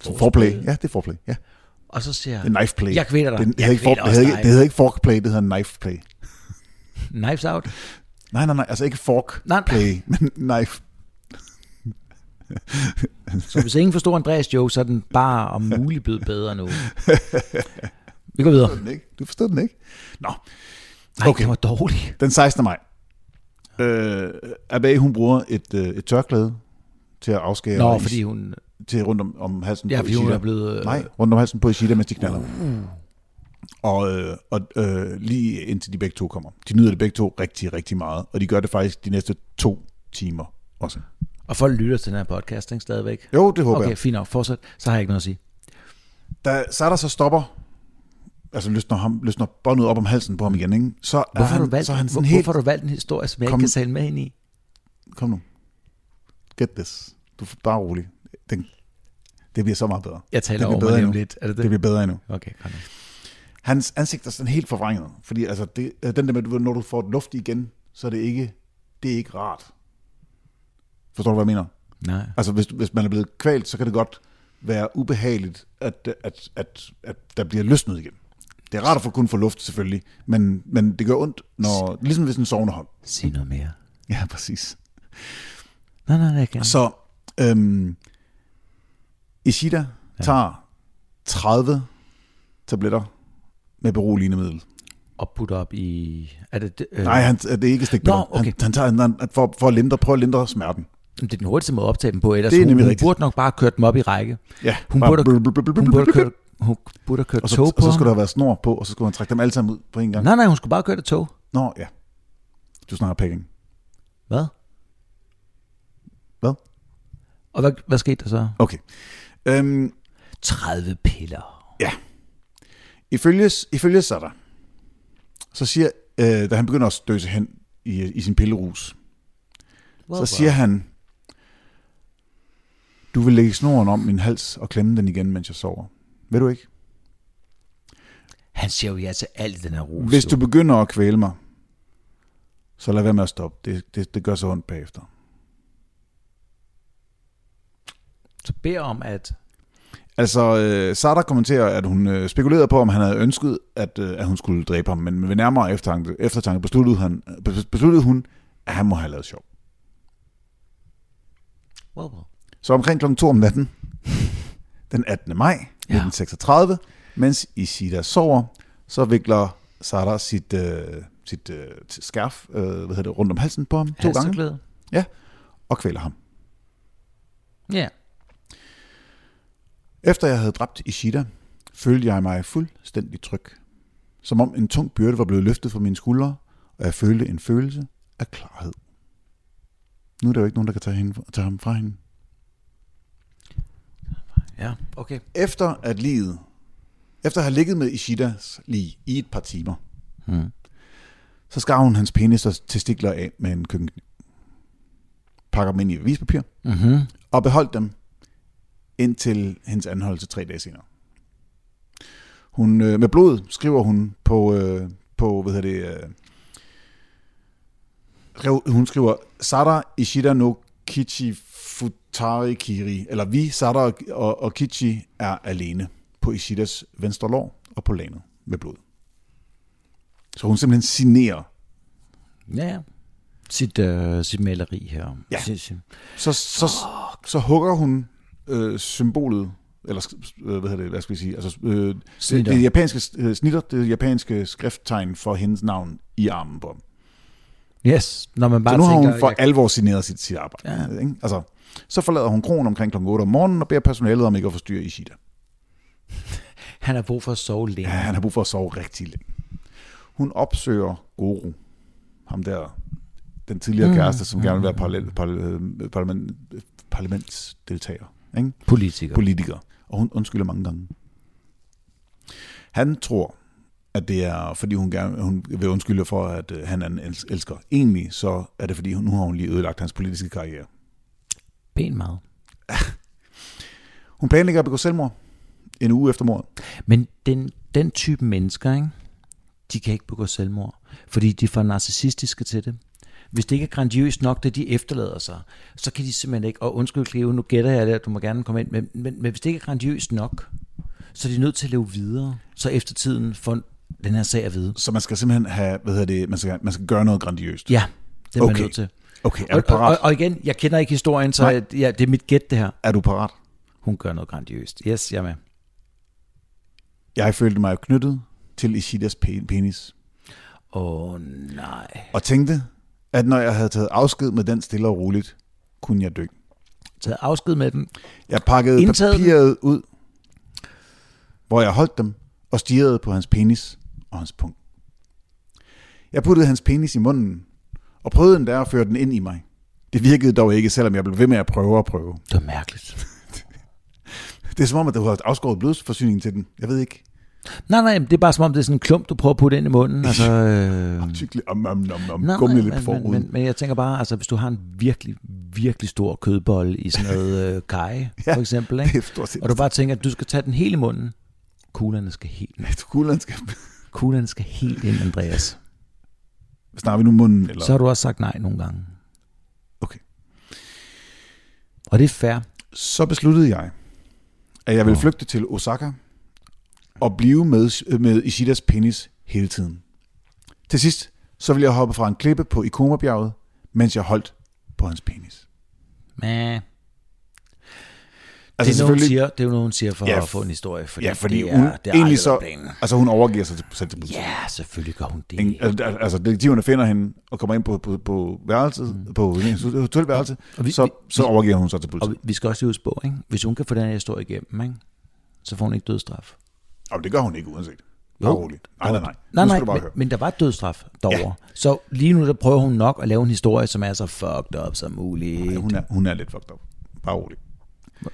S2: Så Foreplay. Ja, det er foreplay. Ja.
S1: Og så siger
S2: Det er knife play.
S1: Jeg kvæler dig.
S2: Det, det,
S1: jeg
S2: hedder ikke, for,
S1: kvæler
S2: det,
S1: også
S2: hedder, ikke-
S1: dig.
S2: det hedder ikke fork play, det hedder knife play.
S1: Knives out.
S2: Nej, nej, nej, altså ikke fork
S1: Nej, nej.
S2: play, men knife.
S1: Så hvis ingen forstår Andreas Joe, så er den bare om muligt blevet bedre nu. Vi går videre.
S2: Den, ikke? Du forstod den ikke? Nå,
S1: Nej, okay.
S2: Okay.
S1: det var dårligt.
S2: den 16. maj. Øh, Abbe, hun bruger et, øh, et tørklæde til at afskære
S1: Nå,
S2: is-
S1: fordi hun...
S2: til rundt om, om halsen
S1: Ja,
S2: på
S1: fordi hun
S2: Ishida.
S1: er blevet... Uh. Øh,
S2: Nej, rundt om halsen på Ishida, mens de knaller. Og, øh, og øh, lige indtil de begge to kommer. De nyder det begge to rigtig, rigtig meget. Og de gør det faktisk de næste to timer også.
S1: Og folk lytter til den her podcast, ikke, stadigvæk.
S2: Jo, det håber
S1: Okay,
S2: jeg.
S1: fint nok. Fortsæt. Så har jeg ikke noget at sige.
S2: Da Sada så stopper, altså løsner, ham, løsner båndet op om halsen på ham igen, ikke? så er
S1: Hvorfor,
S2: han,
S1: har, du valgt,
S2: så er han sådan
S1: hvor,
S2: helt...
S1: hvorfor har du valgt en historie, som jeg
S2: Kom-
S1: ikke kan tale med ind i?
S2: Kom nu. Get this. Du er bare rolig. Den, det bliver så meget bedre.
S1: Jeg taler
S2: Det bliver
S1: over mig
S2: bedre
S1: lige
S2: endnu.
S1: om lidt. Er det det?
S2: Det bliver bedre endnu.
S1: Okay, kom nu.
S2: Hans ansigt er sådan helt forvrænget, fordi altså det, øh, den der med, du- når du får luft igen, så er det ikke, det er ikke rart. Forstår du, hvad jeg mener?
S1: Nej.
S2: Altså, hvis, hvis man er blevet kvalt, så kan det godt være ubehageligt, at, at, at, at der bliver løsnet igen. Det er rart at få kun få luft, selvfølgelig, men, men det gør ondt, når, ligesom hvis en sovende hånd.
S1: Sig noget mere.
S2: Ja, præcis.
S1: Nej, nej, nej, jeg kan.
S2: Så øhm, Ishida ja. tager 30 tabletter med beroligende middel.
S1: Og putte op i... Er det, øh,
S2: Nej, han, det er ikke stik
S1: Nå,
S2: Nå, okay.
S1: okay.
S2: han, han, tager, han, for, for at lindre, prøve at lindre smerten.
S1: det er den hurtigste måde at optage dem på, ellers
S2: Det er
S1: hun,
S2: nemlig
S1: hun
S2: rigtigt.
S1: burde nok bare have kørt dem op i række.
S2: Ja,
S1: Hun
S2: bare
S1: burde-
S2: blub, blub, blub, blub,
S1: Hun
S2: blub,
S1: burde have
S2: blub.
S1: kørt, hun burde have kørt
S2: og så,
S1: tog på
S2: og så skulle
S1: ham.
S2: der være snor på, og så skulle han trække dem alle sammen ud på en gang.
S1: Nej, nej, hun skulle bare køre det tog.
S2: Nå, ja. Du snakker packing.
S1: Hvad?
S2: Hvad?
S1: Og hvad, hvad skete der så?
S2: Okay. Øhm,
S1: 30 piller.
S2: ifølge, ifølge Sada, så siger, øh, da han begynder at støse hen i, i sin pillerus,
S1: Wow,
S2: Så siger han, du vil lægge snoren om min hals og klemme den igen, mens jeg sover. Vil du ikke?
S1: Han siger jo ja til alt i den her rus.
S2: Hvis
S1: jo.
S2: du begynder at kvæle mig, så lad være med at stoppe. Det, det, det gør så ondt bagefter.
S1: Så beder om, at...
S2: Altså, øh, Sara kommenterer, at hun øh, spekulerede på, om han havde ønsket, at, øh, at hun skulle dræbe ham, men ved nærmere eftertanke, eftertanke besluttede, han, øh, bes- besluttede hun, at han må have lavet sjov.
S1: Wow, wow.
S2: Så omkring kl. 2 om natten, den 18. maj 1936, mens Isida sover, så vikler Sara sit, øh, sit øh, t- skærf øh, hvad hedder det, rundt om halsen på ham to gange
S1: Halstørklæde.
S2: og kvæler ham.
S1: Ja.
S2: Efter jeg havde dræbt Ishida, følte jeg mig fuldstændig tryg. Som om en tung byrde var blevet løftet fra mine skuldre, og jeg følte en følelse af klarhed. Nu er der jo ikke nogen, der kan tage, hende, tage ham fra hende.
S1: Ja, okay.
S2: Efter at livet, efter at have ligget med Ishidas lige i et par timer,
S1: Hmm.
S2: så skar hun hans penis og testikler af med en køkkenkniv. Pakker dem ind i avispapir
S1: Mm-hmm.
S2: og beholdt dem indtil hendes anholdelse tre dage senere. Hun, øh, med blod skriver hun på, øh, på hvad hedder det, øh, rev- hun skriver Sara Ishida no Kichi Futari Kiri, eller vi, Sara og, og, og Kichi, er alene på Ishidas venstre lår og på landet med blod. Så hun simpelthen signerer
S1: Ja, ja. Sit, øh, sit maleri her.
S2: Ja.
S1: Sit, sit.
S2: så, så, så hugger hun øh, symbolet, eller sk- øh, hvad hedder det, hvad skal vi sige, altså øh, det,
S1: Snitter.
S2: det japanske øh, snitter, det japanske skrifttegn for hendes navn i armen på ham.
S1: Yes, når man bare
S2: Så nu har
S1: tænker...
S2: hun for
S1: jeg-
S2: alvor signeret sit, sit arbejde. Ja. Ikke? Altså, så forlader hun kronen omkring kl. 8 om morgenen og beder personalet om ikke at forstyrre Ishida.
S1: Han har brug for at sove
S2: Ja,
S1: længe.
S2: han har brug for at sove rigtig længe. Hun opsøger Goro, ham der, den
S1: Mm.
S2: tidligere kæreste, som gerne vil være parallel, parallel, parlament, øh, parlamentsdeltager. Ikke?
S1: Politiker.
S2: politiker, og hun undskylder mange gange. Han tror, at det er, fordi hun, gerne, hun vil undskylde for, at øh, han er en els- elsker. Egentlig så er det, fordi hun, nu har hun lige ødelagt hans politiske karriere.
S1: Ben meget.
S2: Hun planlægger at begå selvmord en uge efter mordet.
S1: Men den, den type mennesker, ikke? de kan ikke begå selvmord, fordi de er for narcissistiske til det. Hvis det ikke er grandiøst nok, det de efterlader sig, så kan de simpelthen ikke, og undskyld Cleo, nu gætter jeg det, at du må gerne komme ind, men, men, men hvis det ikke er grandiøst nok, så er de nødt til at leve videre, så eftertiden får den her sag at vide.
S2: Så man skal simpelthen have, hvad hedder det, man skal, man skal gøre noget grandiøst.
S1: Ja, det er okay.
S2: Okay.
S1: man nødt til.
S2: Okay, er
S1: Og,
S2: du
S1: og,
S2: parat?
S1: og, og igen, jeg kender ikke historien, så
S2: Nej.
S1: jeg, ja, det er mit gæt det her.
S2: Er du parat?
S1: Hun gør noget grandiøst. Yes, jeg er med.
S2: Jeg følte mig knyttet til Ishidas pe- penis,
S1: Åh oh, nej.
S2: og tænkte, at når jeg havde taget afsked med den stille og roligt, kunne jeg dø.
S1: Taget afsked med den.
S2: Jeg pakkede
S1: Indtaget den?
S2: papiret ud, hvor jeg holdt dem og stirrede på hans penis og hans punkt. Jeg puttede hans penis i munden og prøvede endda at føre den ind i mig. Det virkede dog ikke, selvom jeg blev ved med at prøve og prøve.
S1: Det var mærkeligt.
S2: Det er som om, at du har afskåret blodsforsyningen til den. Jeg ved ikke.
S1: Nej, nej, det er bare som om, det er sådan en klump, du prøver at putte ind i munden. Altså, øh...
S2: Tykkelig om, om, om, om
S1: Nej, nej,
S2: gummi lidt
S1: men,
S2: på
S1: men,
S2: forruden.
S1: men, men jeg tænker bare, altså hvis du har en virkelig, virkelig stor kødbolle i sådan noget øh, kaj, ja,
S2: Ja,
S1: for eksempel,
S2: Det
S1: ikke?
S2: er stort set.
S1: og du bare tænker, at du skal tage den hele i munden, kuglerne skal helt,
S2: Du kuglerne skal...
S1: kuglerne skal helt ind, Andreas.
S2: Snakker vi nu munden? Eller?
S1: Så har du også sagt nej nogle gange.
S2: Okay.
S1: Og det er fair.
S2: Så besluttede jeg, at jeg ville flygte til Osaka og blive med, med Ishidas penis hele tiden. Til sidst, så ville jeg hoppe fra en klippe på Ikoma-bjerget, mens jeg holdt på hans penis.
S1: Men
S2: Altså
S1: det, er noget, hun
S2: selvfølgelig...
S1: siger, det er jo noget, hun siger for
S2: Ja,
S1: ja, at få en historie, fordi,
S2: Ja, fordi
S1: det
S2: hun,
S1: er, det er
S2: egentlig
S1: aldrig
S2: så...
S1: så... planen.
S2: Altså hun overgiver sig til, til, til
S1: Ja, selvfølgelig gør hun det.
S2: En- al- al- Altså, detektiverne finder hende og kommer ind på, på, på værelset, mm. på hendes hotelværelse,
S1: Og vi-
S2: så,
S1: vi-
S2: så overgiver hun sig til
S1: Og
S2: politiet.
S1: vi- vi skal også lige huske på, ikke? hvis hun kan få den her historie igennem, ikke? så får hun ikke dødsstraf.
S2: Og det gør hun ikke, uanset.
S1: Jo.
S2: Jo. Roligt. Nej, nej, nej.
S1: Nej,
S2: nu
S1: nej,
S2: skal du bare
S1: men,
S2: høre.
S1: men der var et dødsstraf derovre. Ja. Så lige nu der prøver hun nok at lave en historie, som er så fucked up som muligt.
S2: Ja, hun, er, hun er lidt fucked up. Bare rolig.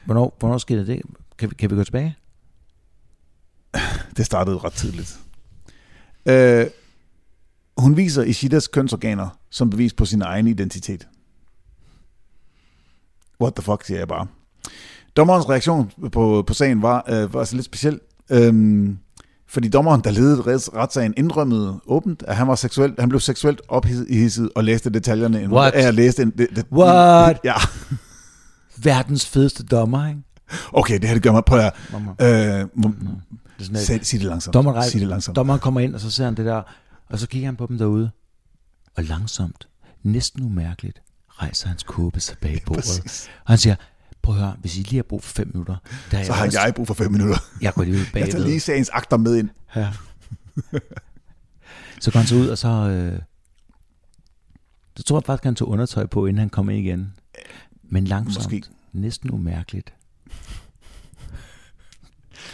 S1: Hvornår, hvornår skete det? Kan vi, kan vi gå tilbage?
S2: Det startede ret tidligt. Øh, hun viser Ishidas kønsorganer som bevis på sin egen identitet. What the fuck, siger jeg bare. Dommerens reaktion på, på sagen var, øh, var altså lidt speciel. Øhm, fordi dommeren, der ledede rets- retssagen, indrømmede åbent, at han, var seksuelt, han blev seksuelt ophidset og læste detaljerne. En,
S1: What?
S2: Ja, læste en, det, det,
S1: What?
S2: Ja,
S1: Verdens fedeste dommer, ikke?
S2: okay, det her det gør mig på her. Øh, må-
S1: Det er sådan, at
S2: sig, sig det langsomt.
S1: dommeren,
S2: sig det
S1: rejser,
S2: langsomt.
S1: dommeren kommer ind, og så ser han det der, og så kigger han på dem derude. Og langsomt, næsten umærkeligt, rejser hans kåbe sig bag bordet.
S2: præcis.
S1: og han siger, prøv at høre, hvis I lige har brug for fem minutter, der er
S2: så har
S1: også-
S2: jeg brug for fem minutter.
S1: jeg går lige ud
S2: Jeg
S1: bagved.
S2: tager lige sagens akter med ind.
S1: Ja. så går han så ud, og så... Øh, så tror jeg faktisk, han tog undertøj på, inden han kom ind igen. Men langsomt.
S2: Måske.
S1: Måske. Næsten umærkeligt.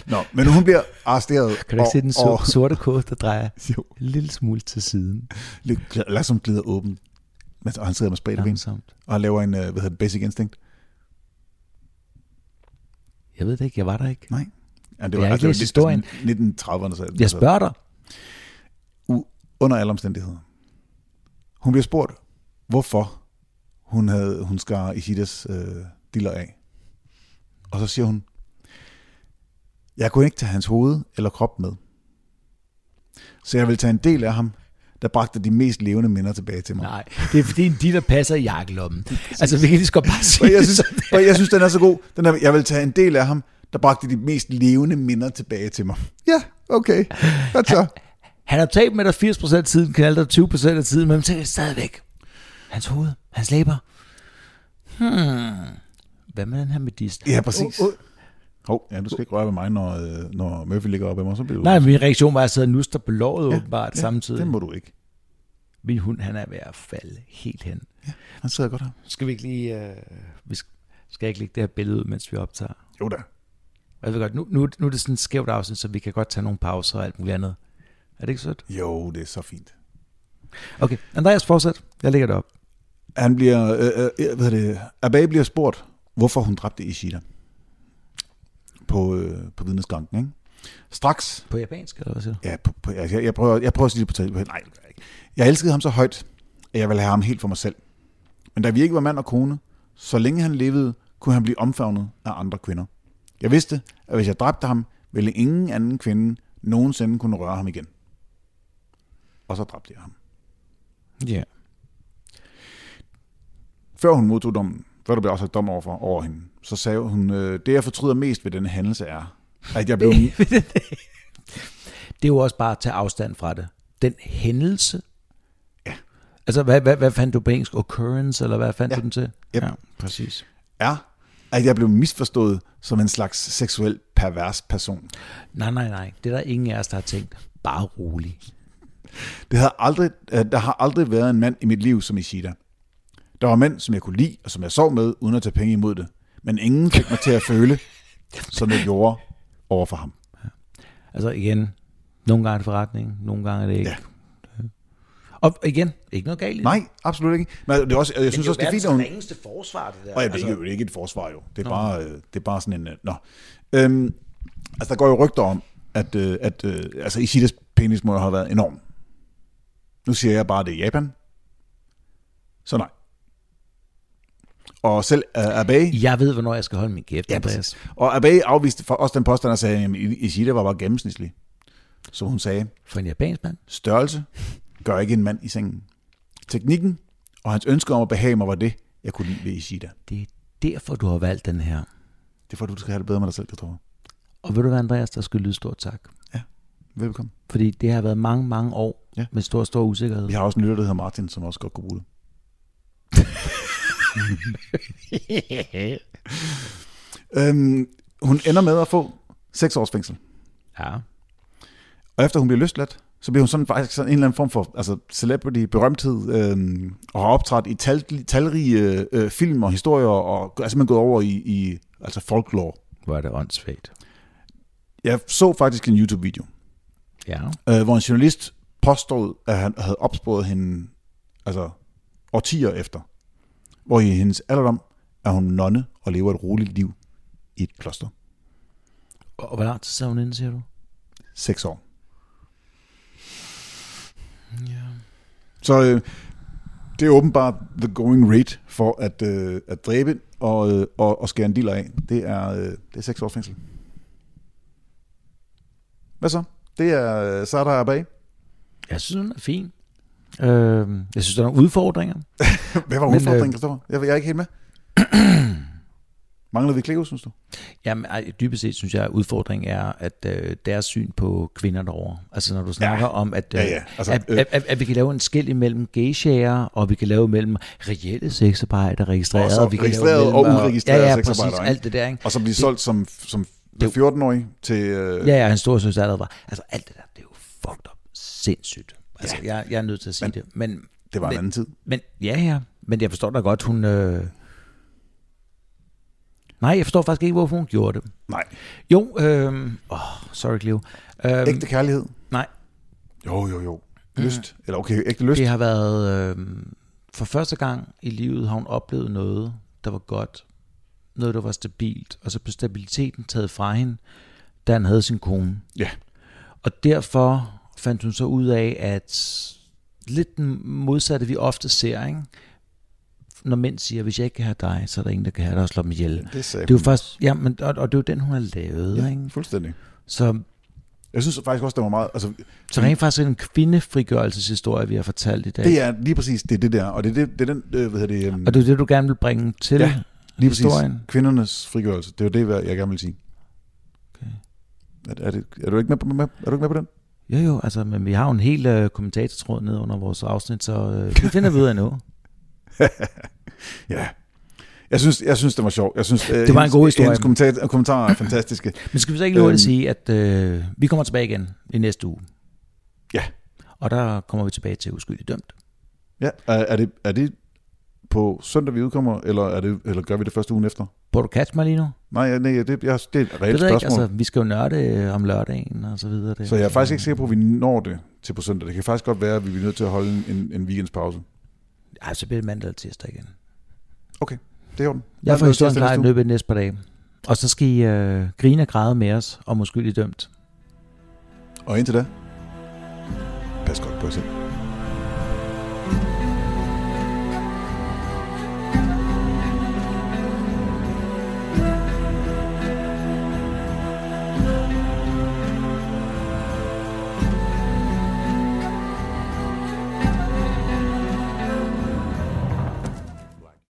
S2: Nå, men hun bliver arresteret.
S1: Kan du ikke se den
S2: og,
S1: so- sorte kåde, der drejer
S2: Jo,
S1: en lille smule til siden?
S2: lidt gl- langsomt glider åben. Men- Og han sidder med spredte ben,
S1: Langsomt.
S2: og han laver en, øh, hvad hedder det, basic instinct.
S1: Jeg ved det ikke, jeg var der ikke.
S2: Nej. Ja, det
S1: Jeg har ikke læst historien.
S2: 1930'erne. Så,
S1: Jeg spørger dig.
S2: u- under alle omstændigheder. Hun bliver spurgt, hvorfor hun, havde, hun skar Ishidas øh, diller af. Og så siger hun, jeg kunne ikke tage hans hoved eller krop med. Så jeg vil tage en del af ham, der bragte de mest levende minder tilbage til mig.
S1: Nej, det er fordi, de der passer i jakkelommen. Altså, vi kan lige så godt bare sige
S2: Og jeg
S1: det
S2: synes,
S1: sådan.
S2: og jeg synes den er så god. Den er, jeg vil tage en del af ham, der bragte de mest levende minder tilbage til mig. Ja, okay. Godt så.
S1: Han har talt med dig 80% af tiden, kan dig 20% af tiden, men tænker stadigvæk. Hans hoved, hans læber. Hmm. Hvad med den her medist?
S2: Ja, præcis. Hov, ja, du skal ikke røre ved mig, når, øh, når Murphy ligger op ad mig, så bliver du...
S1: Nej, min reaktion var, at jeg sad og nuster på låret ja,
S2: Ja,
S1: åbenbart ja, samtidig.
S2: Det må du ikke.
S1: Min hund, han er ved at falde helt hen.
S2: Han sidder godt her.
S1: Skal vi ikke lige... Øh... Vi skal, skal jeg ikke lægge det her billede ud, mens vi optager?
S2: Jo da.
S1: Og Jeg ved godt, nu, nu, nu er det sådan et skævt afsnit, så vi kan godt tage nogle pauser og alt muligt andet. Er det ikke sødt?
S2: Jo, det er så fint.
S1: Okay, Andreas, fortsæt. Jeg lægger det op.
S2: Han bliver... Øh, øh, hvad er det? Abbey bliver spurgt, hvorfor hun dræbte Ishida. På, øh, på vidneskranken, ikke? Straks...
S1: På japansk, eller hvad siger du?
S2: Ja, på, på, altså, jeg, jeg, prøver, jeg prøver at sige det på tal. Nej, det gør jeg ikke. Jeg elskede ham så højt, at jeg ville have ham helt for mig selv. Men da vi ikke var mand og kone, så længe han levede, kunne han blive omfavnet af andre kvinder. Jeg vidste, at hvis jeg dræbte ham, ville ingen anden kvinde nogensinde kunne røre ham igen. Og så dræbte jeg ham.
S3: Ja.
S2: Før hun modtog dommen, før der blev afsagt dom over, for, over hende, så sagde hun, øh, det jeg fortryder mest ved denne hændelse er, at jeg blev...
S1: Det er jo også bare at tage afstand fra det. Den hændelse. Ja. Altså, hvad, hvad, hvad fandt du på engelsk? Occurrence, eller hvad fandt ja. du den til?
S2: Yep.
S1: Ja, præcis.
S2: er, at jeg blev misforstået som en slags seksuel pervers person.
S1: Nej, nej, nej. Det er der ingen af os, der har tænkt. Bare rolig.
S2: Det havde aldrig, øh, der har aldrig været en mand i mit liv som Ishida. Der var mænd, som jeg kunne lide, og som jeg sov med, uden at tage penge imod det. Men ingen fik mig til at føle, som jeg gjorde over for ham.
S1: Altså igen, nogle gange er det forretning, nogle gange er det ikke.
S2: Ja.
S1: Ja. Og igen, ikke noget galt i det.
S2: Nej, absolut ikke. Men det er også, jeg synes også, det er fint, at hun...
S1: ringeste forsvar, det der.
S2: Og jeg, altså, det, er ikke, det er ikke et forsvar jo. Det er, bare, øh, det er bare sådan en... øh, Nå. Øhm, altså, der går jo rygter om, at, øh, at øh, altså, Ishidas penis må jo have været enorm. Nu siger jeg bare, at det er Japan. Så nej. Og selv uh, Abe...
S1: Jeg ved, hvornår jeg skal holde min kæft,
S2: Ja,
S1: Andreas.
S2: præcis. Og Abe afviste for også den påstand og sagde, at Ishida var bare gennemsnitlig. Så hun sagde,
S1: For en japansk mand.
S2: størrelse gør ikke en mand i sengen. Teknikken og hans ønske om at behage mig var det, jeg kunne lide ved Ishida.
S1: Det er derfor, du har valgt den her.
S2: Det er for, at du skal have det bedre med dig selv, jeg tror.
S1: Og ved du hvad, Andreas, der skal lyde stort tak.
S2: Velkommen.
S1: Fordi det har været mange, mange år
S2: Ja.
S1: ja. med stor, stor usikkerhed.
S2: Vi har også en lytter, der hedder Martin, som også godt kunne bruge det. øhm, hun ender med at få seks års fængsel.
S1: Ja.
S2: Og efter hun bliver løsladt, så bliver hun sådan faktisk sådan en eller anden form for altså celebrity, berømthed, øhm, og har optrådt i tal, talrige øh, film og historier, og er simpelthen gået over i, i altså folklore.
S1: Hvor er det åndssvagt.
S2: Jeg så faktisk en YouTube-video,
S1: Ja.
S2: øh, hvor en journalist påstod, at han havde opsporet hende altså, årtier efter. Hvor i hendes alderdom er hun nonne og lever et roligt liv i et kloster.
S1: Og og hvor lang tid sad hun inde, siger du?
S2: Seks år. Så øh, det er åbenbart the going rate for at, øh, at dræbe og, øh, og, og skære en dealer af. Det er, øh, det er seks års fængsel. Hvad så? Det er øh, Sardar Abay.
S1: Jeg synes, hun er fin. Øh, jeg synes, der er nogle udfordringer.
S2: Hvad var
S1: Men,
S2: udfordringen,
S1: øh,
S2: Kristoffer? Jeg, jeg er ikke helt med. Manglede vi Cleo, synes du?
S1: Jamen, ej, dybest set synes jeg, at udfordringen er, at øh, deres syn på kvinder derovre. Altså, når du snakker ja. om, at, øh,
S2: Ja, ja. Altså,
S1: at,
S2: øh.
S1: at, at, at vi kan lave en skæld imellem geishaer, og vi kan lave mellem reelle sexarbejdere,
S2: Og
S1: registreret,
S2: så
S1: og vi kan
S2: registreret
S1: lave
S2: og
S1: mellem,
S2: uregistreret
S1: ja, ja,
S2: sexarbejdere,
S1: præcis,
S2: ikke?
S1: alt det der, ikke?
S2: Og så blive solgt som, som
S1: det-
S2: 14-årig til... Øh,
S1: Ja, ja, hans store søster allerede var. Altså, alt det der, det er jo fucked up. Sindssygt. Altså, ja. jeg, jeg er nødt til at sige men, det. Men,
S2: Det var en
S1: men,
S2: anden tid.
S1: Men, ja, ja. Men jeg forstår da godt, hun... Øh... Nej, jeg forstår faktisk ikke, hvorfor hun gjorde det.
S2: Nej.
S1: Jo, øh... oh, sorry, Cleo. Øh,
S2: Ægte kærlighed?
S1: Nej, Mm.
S2: Jo, jo, jo. Lyst? Eller okay, ægte lyst?
S1: det har været... Øh... For første gang i livet har hun oplevet noget, der var godt. Noget, der var stabilt. Og så blev stabiliteten taget fra hende, da han havde sin kone.
S2: Ja.
S1: Og derfor fandt hun så ud af, at lidt den modsatte, vi ofte ser, ikke? når mænd siger, hvis jeg ikke kan have dig, så er der ingen, der kan have dig og slå mig ihjel.
S2: Det sagde
S1: Det er jo
S2: hun
S1: faktisk, ja, men, og, og det er jo den, hun har lavet. Ja. Ikke?
S2: Fuldstændig.
S1: Så,
S2: Jeg synes faktisk også, det var meget... Altså,
S1: så rent faktisk er det en kvindefrigørelseshistorie, vi har fortalt i dag.
S2: det er lige præcis det, er det der. Og det er det, det er den... Øh, hvad hedder det? øhm,
S1: Og det er jo det, du gerne vil bringe til
S2: Ja,
S1: ja,
S2: lige præcis.
S1: historien.
S2: Kvindernes frigørelse. Det er jo det, hvad jeg gerne vil sige. Okay. Er, er, det, er, du ikke med på, med, er du ikke med på den?
S1: Jo, jo, altså, men vi har jo en hel øh, kommentatortråd nede under vores afsnit, så øh, det finder vi ud af nu.
S2: Ja. Jeg synes, jeg synes det var sjovt. Jeg synes, det
S1: var en god historie.
S2: Hendes kommentarer, kommentarer er fantastiske.
S1: Men skal vi så ikke lige
S2: Øhm.
S1: hurtigt sige, at øh, vi kommer tilbage igen i næste uge,
S2: Ja.
S1: og der kommer vi tilbage til uskyldig dømt.
S2: ja. Er, er, det, er det på søndag, vi udkommer, eller, er det, eller gør vi det første ugen efter?
S1: Burde du catch mig lige nu?
S2: Nej, ja, nej det, jeg, det er et reelt
S1: Det ved jeg ikke,
S2: spørgsmål.
S1: altså,
S2: Ikke,
S1: vi skal jo nørde øh, om lørdagen og så videre. Det.
S2: altså. Så jeg er faktisk ikke sikker på, at vi når det til på søndag. Det kan faktisk godt være, at vi bliver nødt til at holde en, en weekendspause.
S1: Ej, så bliver det mandag eller tirsdag igen.
S2: Okay, det er orden.
S1: Jeg får
S2: Mandag, tirsdag,
S1: historien klar i
S2: næste uge.
S1: løbet af de næste par dage. Og så skal I øh, grine og græde med os om uskyldig dømt.
S2: Og indtil da, pas godt på jer selv.